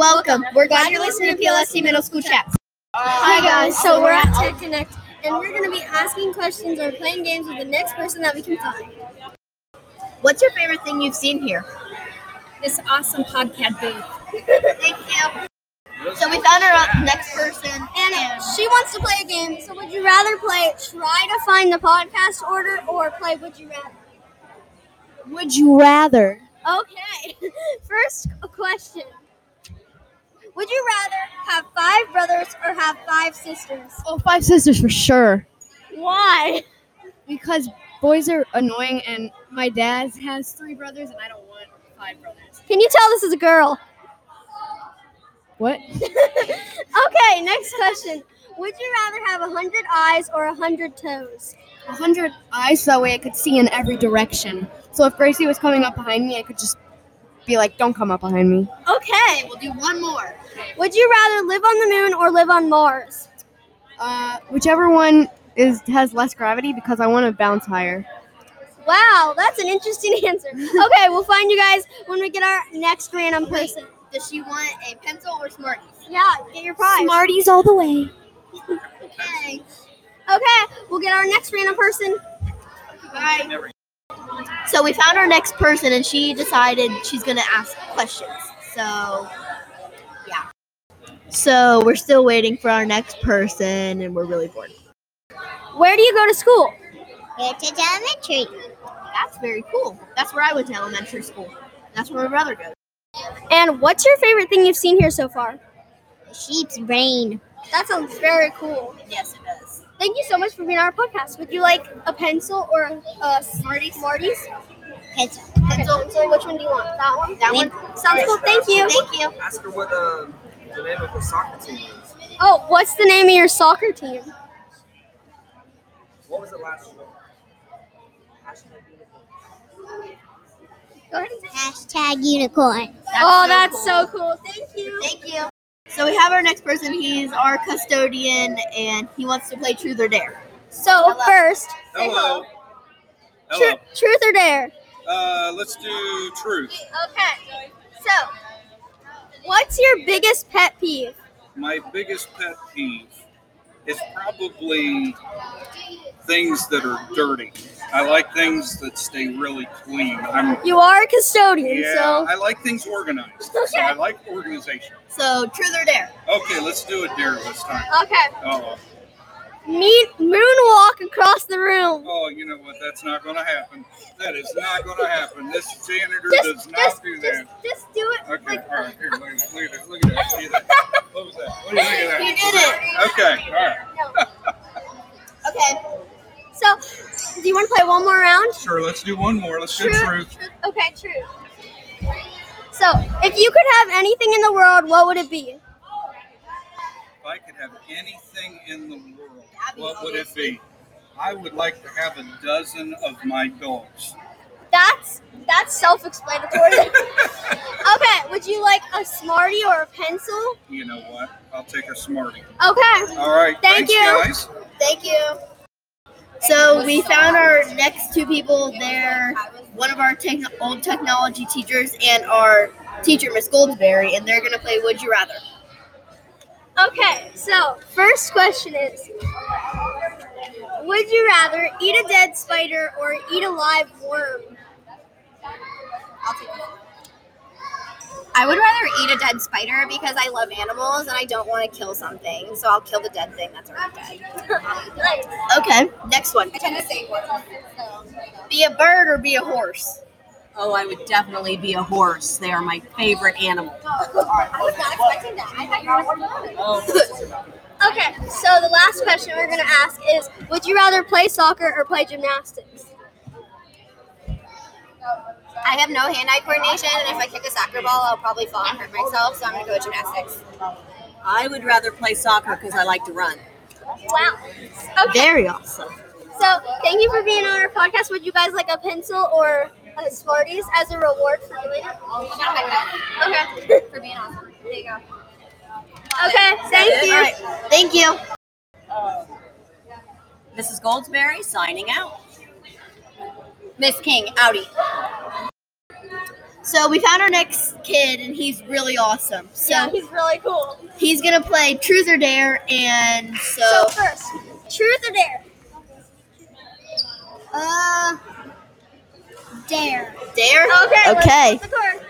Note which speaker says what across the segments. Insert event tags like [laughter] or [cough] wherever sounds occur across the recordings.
Speaker 1: Welcome. We're glad you're listening to PLSC Middle School Chats.
Speaker 2: Hi guys, so we're at Tech Connect, and we're going to be asking questions or playing games with the next person that we can find.
Speaker 1: What's your favorite thing you've seen here?
Speaker 2: This awesome podcast booth.
Speaker 1: Thank you. So we found our next person.
Speaker 2: And she wants to play a game. So would you rather play try to find the podcast order or play would you rather?
Speaker 3: Would you rather?
Speaker 2: Okay. [laughs] First question. Would you rather have five brothers or have five sisters?
Speaker 3: Oh, five sisters for sure.
Speaker 2: Why?
Speaker 3: Because boys are annoying, and my dad has three brothers, and I don't want five brothers.
Speaker 2: Can you tell this is a girl?
Speaker 3: What?
Speaker 2: Okay, next question. Would you rather have a hundred eyes or a hundred toes?
Speaker 3: A hundred eyes, so that way I could see in every direction. So if Gracie was coming up behind me, I could just be like, "Don't come up behind me."
Speaker 2: Okay.
Speaker 1: We'll do one more.
Speaker 2: Would you rather live on the moon or live on Mars?
Speaker 3: Uh, whichever one is has less gravity, because I want to bounce higher.
Speaker 2: Wow, that's an interesting [laughs] answer. Okay, we'll find you guys when we get our next random person.
Speaker 1: Does she want a pencil or Smarties?
Speaker 2: Yeah, get your prize.
Speaker 3: Smarties all the way.
Speaker 2: [laughs]
Speaker 1: Okay.
Speaker 2: Okay, we'll get our next random person.
Speaker 1: Bye. So we found our next person, and she decided she's gonna ask questions. So, yeah. So we're still waiting for our next person, and we're really bored.
Speaker 2: Where do you go to school?
Speaker 1: Heritage Elementary. That's very cool. That's where I went to elementary school. That's where my brother goes.
Speaker 2: And what's your favorite thing you've seen here so far?
Speaker 1: Sheep's brain.
Speaker 2: That sounds very cool.
Speaker 1: Yes, it does.
Speaker 2: Thank you so much for being on our podcast. Would you like a pencil or a uh, Smarties? Smarties?
Speaker 1: Pencil.
Speaker 2: Pencil. So which one do you want? That one?
Speaker 1: That
Speaker 2: Thank-
Speaker 1: one.
Speaker 2: Sounds cool. Thank you.
Speaker 1: Thank you.
Speaker 4: Ask her what uh, the name of her soccer team is.
Speaker 2: Oh, what's the name of your soccer team?
Speaker 4: What was it last year?
Speaker 2: Go ahead and say.
Speaker 5: Hashtag unicorn.
Speaker 2: oh, that's so cool. Thank you.
Speaker 1: Thank you. So we have our next person. He's our custodian, and he wants to play Truth or Dare.
Speaker 2: So
Speaker 1: Hello.
Speaker 2: first, say
Speaker 4: Hello.
Speaker 2: Tru-
Speaker 4: Hello.
Speaker 2: truth or dare?
Speaker 4: Uh, let's do truth.
Speaker 2: Okay. So, what's your biggest pet peeve?
Speaker 4: My biggest pet peeve is probably things that are dirty. I like things that stay really clean. I'm
Speaker 2: You are a custodian,
Speaker 4: yeah,
Speaker 2: so
Speaker 4: I like things organized. So I like organization.
Speaker 1: So Truth or Dare.
Speaker 4: Okay, let's do a dare this time.
Speaker 2: okay.
Speaker 4: Oh,
Speaker 2: Meet moonwalk across the room.
Speaker 4: oh, you know what? That's not going to happen. That is not going to happen. This janitor does
Speaker 2: Just,
Speaker 4: not
Speaker 2: just,
Speaker 4: do that.
Speaker 2: just, just do it.
Speaker 4: Okay, [laughs]
Speaker 2: Like,
Speaker 4: all right, here, look at look at that, look at that, look
Speaker 2: [laughs]
Speaker 4: at that. What was that? What do you think
Speaker 1: You
Speaker 4: of
Speaker 1: did it.
Speaker 4: that? Okay, all right,
Speaker 1: Okay.
Speaker 2: so, do you want to play one more round?
Speaker 4: sure, let's do one more, let's do
Speaker 2: Truth.
Speaker 4: truth.
Speaker 2: Okay, true. So, if you could have anything in the world, what would it be?
Speaker 4: If I could have anything in the world, what would it be? I would like to have a dozen of
Speaker 2: [laughs]
Speaker 4: my dogs.
Speaker 2: That's that's self-explanatory.
Speaker 4: [laughs]
Speaker 2: okay, would you like a Smartie or a pencil?
Speaker 4: You know what? I'll take a Smartie.
Speaker 2: Okay.
Speaker 4: All right,
Speaker 2: Thank
Speaker 4: thanks,
Speaker 2: you.
Speaker 4: guys.
Speaker 1: Thank you. So we found our next two people. They're one of our tech old technology teachers and our teacher, Miss Goldsberry, and they're gonna play Would You Rather.
Speaker 2: Okay, so first question is Would you rather eat a dead spider or eat a live worm?
Speaker 6: I would rather eat a dead spider because I love animals and I don't want to kill something. So I'll kill the dead thing that's already dead.
Speaker 2: [laughs] Nice.
Speaker 1: Okay, next one.
Speaker 6: I tend to say one.
Speaker 1: Be a bird or be a horse?
Speaker 7: Oh, I would definitely be a horse. They are my favorite animal.
Speaker 6: I was not expecting that. I thought you were
Speaker 2: Okay, so the last question we're gonna ask is Would you rather play soccer or play gymnastics?
Speaker 6: I have no hand-eye coordination, and if I kick a soccer ball, I'll probably fall and hurt myself. So I'm gonna go with gymnastics.
Speaker 7: I would rather play soccer because I like to run.
Speaker 2: Wow. Okay,
Speaker 1: Very awesome.
Speaker 2: so thank you for being on our podcast. Would you guys like a pencil or a Smarties as a reward for doing it? Okay.
Speaker 6: For being awesome. There you go.
Speaker 2: Okay, thank you.
Speaker 1: Thank you.
Speaker 7: Mrs. Goldsberry signing out.
Speaker 6: Miss King, Audi.
Speaker 1: So we found our next kid, and he's really awesome. So
Speaker 2: yeah, he's really cool.
Speaker 1: he's gonna play Truth or Dare, and so,
Speaker 2: So first, truth or dare?
Speaker 5: Uh, dare.
Speaker 1: Dare.
Speaker 2: Okay. let's
Speaker 1: Okay.
Speaker 2: flip the card.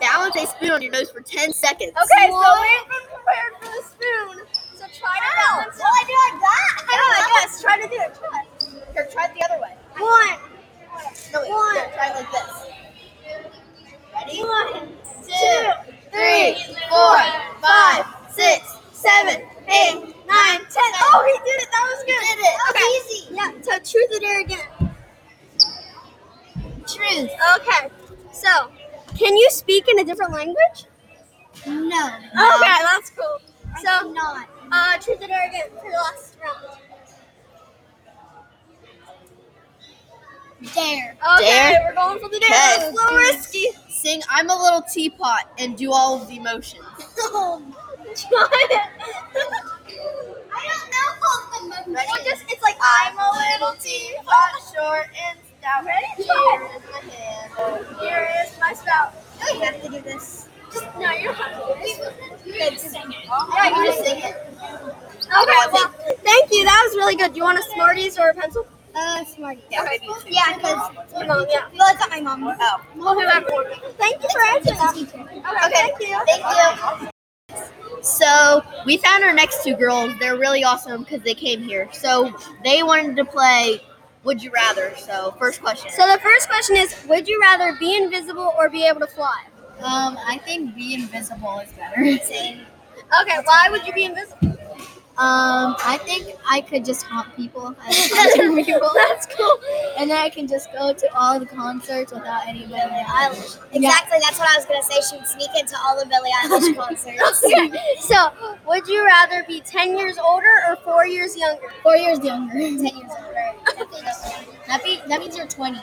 Speaker 1: Balance a spoon on your nose for ten seconds.
Speaker 2: Okay, so we have been prepared for the spoon. So try to balance. Well, I do like that. I know, I guess. Try to do it. Try. Here, try it the other way. One. No, wait. One. Here, try it like this. Ready? One, two, three, four, five, six, seven, eight, nine, ten. Oh, he did it. That was good. Did it. Okay. Easy. Yeah. So truth or dare again. Truth. Okay. So, can you speak in a different language?
Speaker 5: No.
Speaker 2: Okay, that's cool.
Speaker 5: I
Speaker 2: So,
Speaker 5: cannot.
Speaker 2: uh, truth or dare again for the last round.
Speaker 5: [laughs] Dare.
Speaker 2: Okay,
Speaker 1: Dare?
Speaker 2: we're going for the dare.
Speaker 1: Okay.
Speaker 2: It's a little risky. [laughs]
Speaker 1: Sing "I'm a Little Teapot" and do all of the motions.
Speaker 2: [laughs] Try it.
Speaker 5: I don't know all the
Speaker 2: Ready? Just, it's like I'm a little teapot, short and stout. Ready? Here is my handle. Here is my spout. No, you have to do this. Just no, you don't have to do this. Good, sing it. Yeah, you just sing it. Okay. Well, thank you. That was really good. Do you want a Smarties or a pencil?
Speaker 5: Uh, Smarties.
Speaker 2: Okay.
Speaker 5: Yeah, because
Speaker 2: Your mom, yeah.
Speaker 5: well, it's not my mom. Oh.
Speaker 2: Well, whoever. Thank you for answering. that. Okay. Thank you.
Speaker 1: Thank you. So we found our next two girls. They're really awesome because they came here. So they wanted to play Would You Rather. So first question.
Speaker 2: So the first question is: Would you rather be invisible or be able to fly?
Speaker 5: Um, I think be invisible is better.
Speaker 2: Okay. Why would you be invisible?
Speaker 5: um, I think I could just haunt people.
Speaker 8: [laughs]
Speaker 5: If I
Speaker 2: Other people. That's cool.
Speaker 5: and then I can just go to all the concerts without any Billie Eilish.
Speaker 8: Exactly, that's what I was gonna say. She'd sneak into all the Billie
Speaker 5: [laughs]
Speaker 8: Eilish concerts.
Speaker 2: Okay. [laughs] So, would you rather be ten years older or four years younger?
Speaker 5: Four years
Speaker 2: [laughs]
Speaker 5: younger. Ten years older. [laughs] that, be, that means you're 20.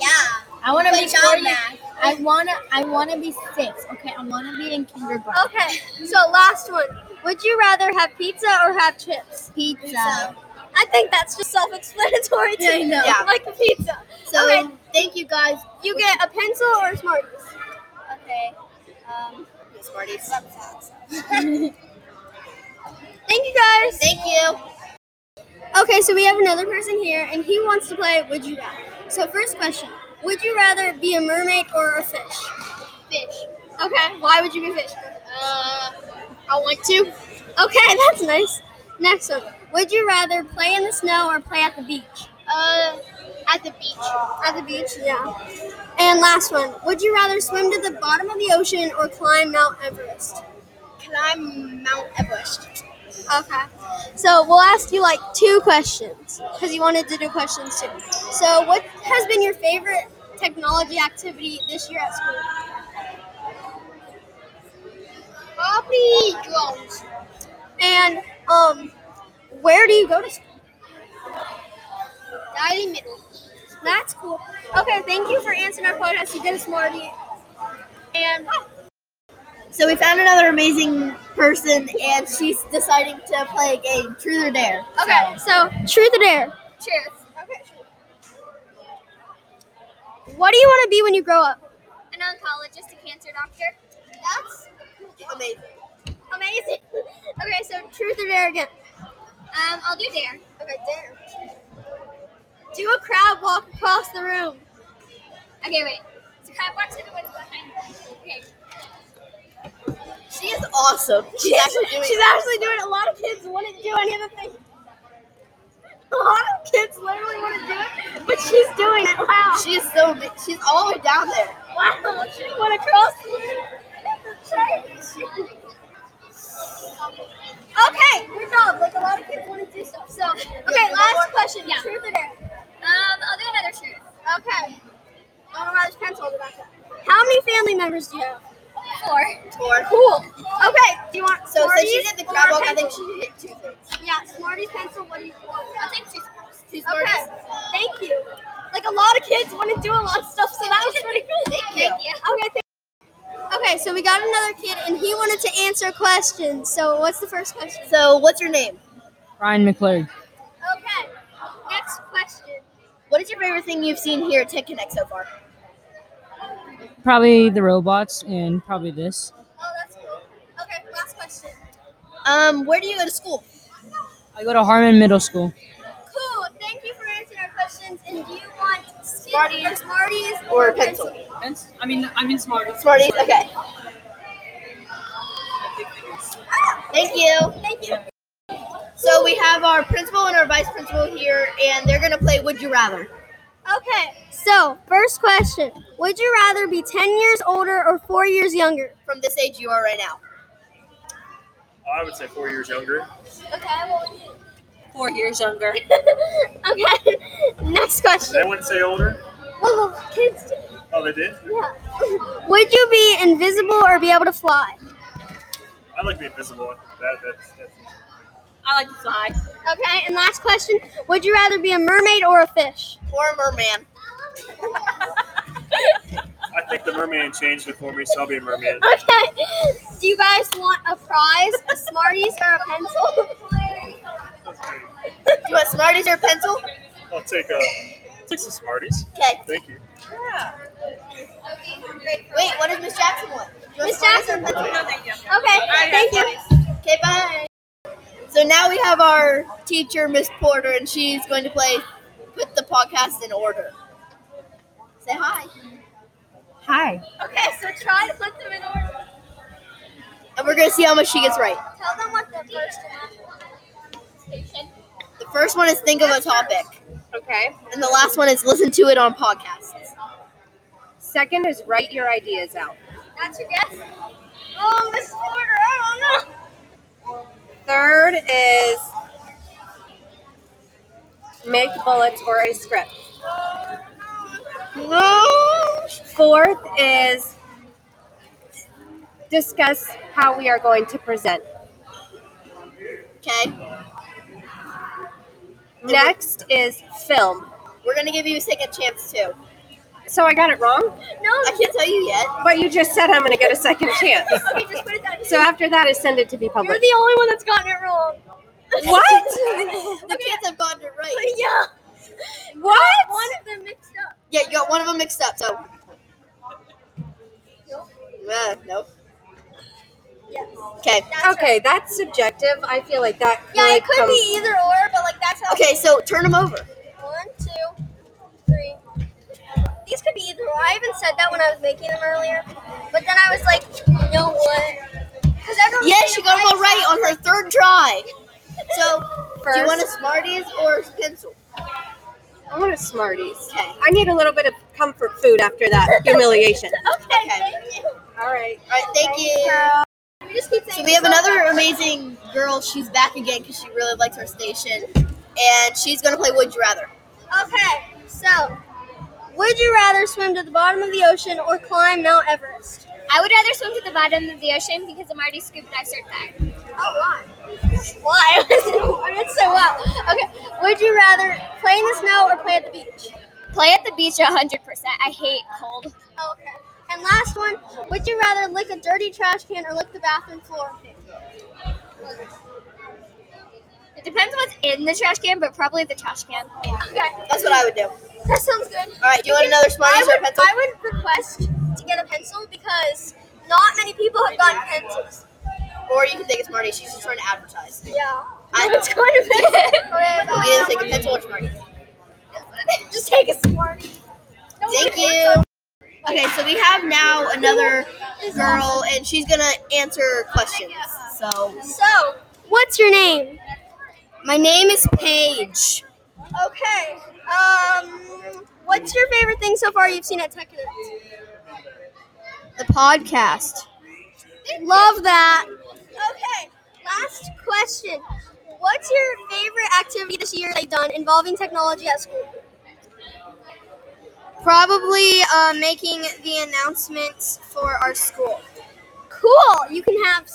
Speaker 8: yeah.
Speaker 5: I want to
Speaker 8: Good
Speaker 5: be 40.
Speaker 8: job, Mac.
Speaker 5: I wanna, I wanna be six. Okay, I wanna be in kindergarten.
Speaker 2: Okay. So, last one. Would you rather have pizza or have chips?
Speaker 5: Pizza.
Speaker 2: I think that's just self-explanatory. Too. Yeah, I know.
Speaker 1: Yeah.
Speaker 2: [laughs] Like the pizza.
Speaker 1: So
Speaker 2: okay.
Speaker 1: thank you guys.
Speaker 2: You get a pencil or Smarties.
Speaker 5: Okay. Um,
Speaker 1: Smarties.
Speaker 2: Thank you guys.
Speaker 1: Thank you.
Speaker 2: Okay, so we have another person here, and he wants to play Would You Rather. So, first question Would you rather be a mermaid or a fish? Fish. Okay, why would you be a fish? Uh, I want to. Okay, [laughs] that's nice. Next one Would you rather play in the snow or play at the beach? Uh, at the beach. At the beach, yeah. And last one Would you rather swim to the bottom of the ocean or climb Mount Everest? Climb Mount Everest. Okay. So we'll ask you like two questions because you wanted to do questions too. So, what has been your favorite technology activity this year at school? Probably drones. And um, where do you go to school? Daily Middle. That's cool. Okay, thank you for answering our podcast. You did a smarty. And
Speaker 1: So we found another amazing person, and she's deciding to play a game, Truth or Dare.
Speaker 2: okay, so truth or dare? Truth. Okay. What do you want to be when you grow up?
Speaker 8: An oncologist, a cancer doctor.
Speaker 2: That's
Speaker 1: Amazing.
Speaker 2: amazing. Okay, so truth or dare again. Um, I'll do dare. Okay, dare. Do a crab walk across the room.
Speaker 8: Okay, wait. So can I watch the ones behind me? Okay.
Speaker 1: She is awesome. She's actually doing
Speaker 2: She's actually doing it. A lot of kids wouldn't do any of the things. A lot of kids literally wouldn't do it, but she's doing it. Wow.
Speaker 1: She is so. big. She's all the way down there.
Speaker 2: Wow, she went across the room. Okay, good job. Like a lot of kids want to do stuff. So, okay, last question.
Speaker 8: Yeah.
Speaker 2: Truth or dare?
Speaker 8: Um, I'll do another truth.
Speaker 2: Okay.
Speaker 1: Oh,
Speaker 2: I don't know why this pencil is about that. How many family members do you have?
Speaker 8: Four.
Speaker 1: Four.
Speaker 2: Cool. Okay. Do you want
Speaker 1: So since she
Speaker 2: Smarties
Speaker 1: did the
Speaker 2: or
Speaker 1: crab walk, I
Speaker 2: pencil?
Speaker 1: think she did two things.
Speaker 2: Yeah, Smarties pencil. What do you want?
Speaker 8: I'll take two. Two
Speaker 2: Okay. Thank you. Like a lot of kids want to do a lot of stuff, so that was
Speaker 1: [laughs]
Speaker 2: pretty cool. Thank
Speaker 8: you. Thank you.
Speaker 2: Okay. Thank Okay, so we got another kid, and he wanted to answer questions. So, what's the first question?
Speaker 1: So what's your name?
Speaker 9: Ryan McClurg.
Speaker 2: Okay, next question.
Speaker 1: What is your favorite thing you've seen here at Tech Connect so far?
Speaker 9: Probably the robots and probably this.
Speaker 2: Oh, that's cool. Okay, last question.
Speaker 1: Um, where do you go to school?
Speaker 9: I go to Harmon Middle School.
Speaker 2: Cool. Thank you for answering our questions. And do you want Smarties, or, Smarties or pencil?
Speaker 9: I mean, I mean smart.
Speaker 1: Smarties. Okay. Thank you.
Speaker 2: Thank you.
Speaker 1: So we have our principal and our vice principal here, and they're gonna play Would You Rather.
Speaker 2: Okay, so first question: Would you rather be ten years older or four years younger?
Speaker 1: From this age you are right now.
Speaker 10: Oh, I would say four years younger.
Speaker 2: Okay.
Speaker 7: Four years younger.
Speaker 2: [laughs] okay. Next question.
Speaker 10: They wouldn't say older.
Speaker 2: Oh, kids. do-
Speaker 10: Oh, they did?
Speaker 2: Yeah. Would you be invisible or be able to fly?
Speaker 10: I like to be invisible. That, that's, that's
Speaker 7: I like to fly.
Speaker 2: Okay. And last question: Would you rather be a mermaid or a fish?
Speaker 1: Or a merman.
Speaker 10: I think the merman changed it for me, so I'll be a merman.
Speaker 2: Okay. [laughs] Do you guys want a prize, a Smarties, or a pencil?
Speaker 1: Do you want Smarties or pencil?
Speaker 10: I'll take a take some Smarties.
Speaker 1: Okay.
Speaker 10: Thank you.
Speaker 1: Wait, what does Miss Jackson want? Do you want
Speaker 2: Miss
Speaker 1: Smarties or
Speaker 2: Jackson.
Speaker 1: pencil?
Speaker 2: Okay. Thank you.
Speaker 1: Okay, bye. So now we have our teacher, Miss Porter, and she's going to play put the podcast in order. Say hi.
Speaker 9: Hi.
Speaker 2: Okay, so try to put them in order.
Speaker 1: And we're gonna see how much she gets right.
Speaker 2: Tell them what the first one
Speaker 1: The first one is think of a topic.
Speaker 5: Okay.
Speaker 1: And the last one is listen to it on podcasts.
Speaker 5: Second is write your ideas out.
Speaker 2: That's your guess? Oh, Miss Porter, I don't know.
Speaker 5: Third is make bullets or a script. Fourth is discuss how we are going to present.
Speaker 1: Okay?
Speaker 5: Next is film.
Speaker 1: We're gonna give you a second chance too.
Speaker 5: So I got it wrong,
Speaker 1: I can't tell you yet.
Speaker 5: but you just said I'm going to get a second chance.
Speaker 2: Okay, just put it down.
Speaker 5: So after that is send it to be
Speaker 2: You're
Speaker 5: public.
Speaker 2: the only one that's gotten it wrong.
Speaker 5: What?
Speaker 1: The kids have gotten it right.
Speaker 2: yeah.
Speaker 5: What?
Speaker 2: One of them mixed up.
Speaker 1: Yeah, you got one of them mixed up, so. Uh, nope.
Speaker 2: Yes.
Speaker 1: Okay.
Speaker 2: [laughs] That's
Speaker 5: Okay, that's subjective. I feel like that.
Speaker 2: Yeah,
Speaker 5: really
Speaker 2: it could
Speaker 5: comes-
Speaker 2: be either or, but like that's how.
Speaker 1: Okay, so turn them over.
Speaker 2: One, two, three. These could be either or. I even said that when I was making them earlier, but then I was like, you know what? Because everyone.
Speaker 1: Yeah, she got them all right on her third try. So, do you
Speaker 5: First.
Speaker 1: want a Smarties or
Speaker 2: [laughs]
Speaker 1: pencil?
Speaker 5: I want a Smarties.
Speaker 1: Okay.
Speaker 5: I need a little bit of comfort food after
Speaker 1: [laughs]
Speaker 5: that humiliation.
Speaker 1: Okay.
Speaker 5: All right.
Speaker 1: All right, thank you.
Speaker 2: We just keep
Speaker 1: So
Speaker 2: saying.
Speaker 1: we have
Speaker 2: this all
Speaker 1: another
Speaker 2: the time.
Speaker 1: amazing girl. She's back again because she really likes her station, and she's gonna play Would You Rather.
Speaker 2: Okay, so would you rather swim to the bottom of the ocean or climb Mount Everest?
Speaker 8: I would rather swim to the bottom of the ocean because I'm already scuba dive certified.
Speaker 2: Oh, why? Why? [laughs] I did so well. Okay, would you rather play in the snow or play at the beach?
Speaker 8: Play at the beach 100%. I hate cold.
Speaker 2: Oh, okay. And last one, would you rather lick a dirty trash can or lick the bathroom floor?
Speaker 8: It depends what's in the trash can, but probably the trash can.
Speaker 2: Okay,
Speaker 1: That's what I would do. All
Speaker 2: that sounds good.
Speaker 1: right, do you want another Smarties
Speaker 2: I
Speaker 1: or
Speaker 2: would,
Speaker 1: pencil?
Speaker 2: I would request to get a pencil because not many people have gotten pencils.
Speaker 1: Or you can take a Smarties. She's just trying to advertise.
Speaker 2: Yeah.
Speaker 1: I
Speaker 2: It's going to be. Okay,
Speaker 1: You
Speaker 2: bye.
Speaker 1: either take a pencil or Smarties.
Speaker 2: Just take a Smartie.
Speaker 1: [laughs]
Speaker 2: Don't
Speaker 1: Thank
Speaker 2: get
Speaker 1: you. Okay, so we have now another girl, and she's gonna answer questions. So,
Speaker 2: So, what's your name?
Speaker 3: My name is Paige.
Speaker 2: Okay. Um, what's your favorite thing so far you've seen at Tech Connect?
Speaker 3: The podcast.
Speaker 2: Love that. Okay. Last question. What's your favorite activity this year they've done involving technology at school?
Speaker 3: Probably uh, making the announcements for our school.
Speaker 2: Cool. You can have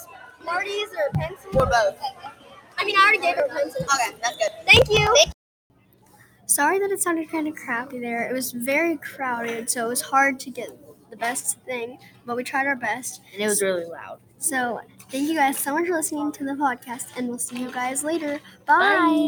Speaker 2: Smarties or a pencil.
Speaker 1: or both.
Speaker 2: I mean, I already gave her a pencil.
Speaker 1: Okay, that's good.
Speaker 2: Thank you.
Speaker 11: Sorry that it sounded kind of crappy there. It was very crowded, so it was hard to get the best thing, but we tried our best.
Speaker 1: And it was really loud.
Speaker 11: So, thank you guys so much for listening to the podcast, and we'll see you guys later. Bye.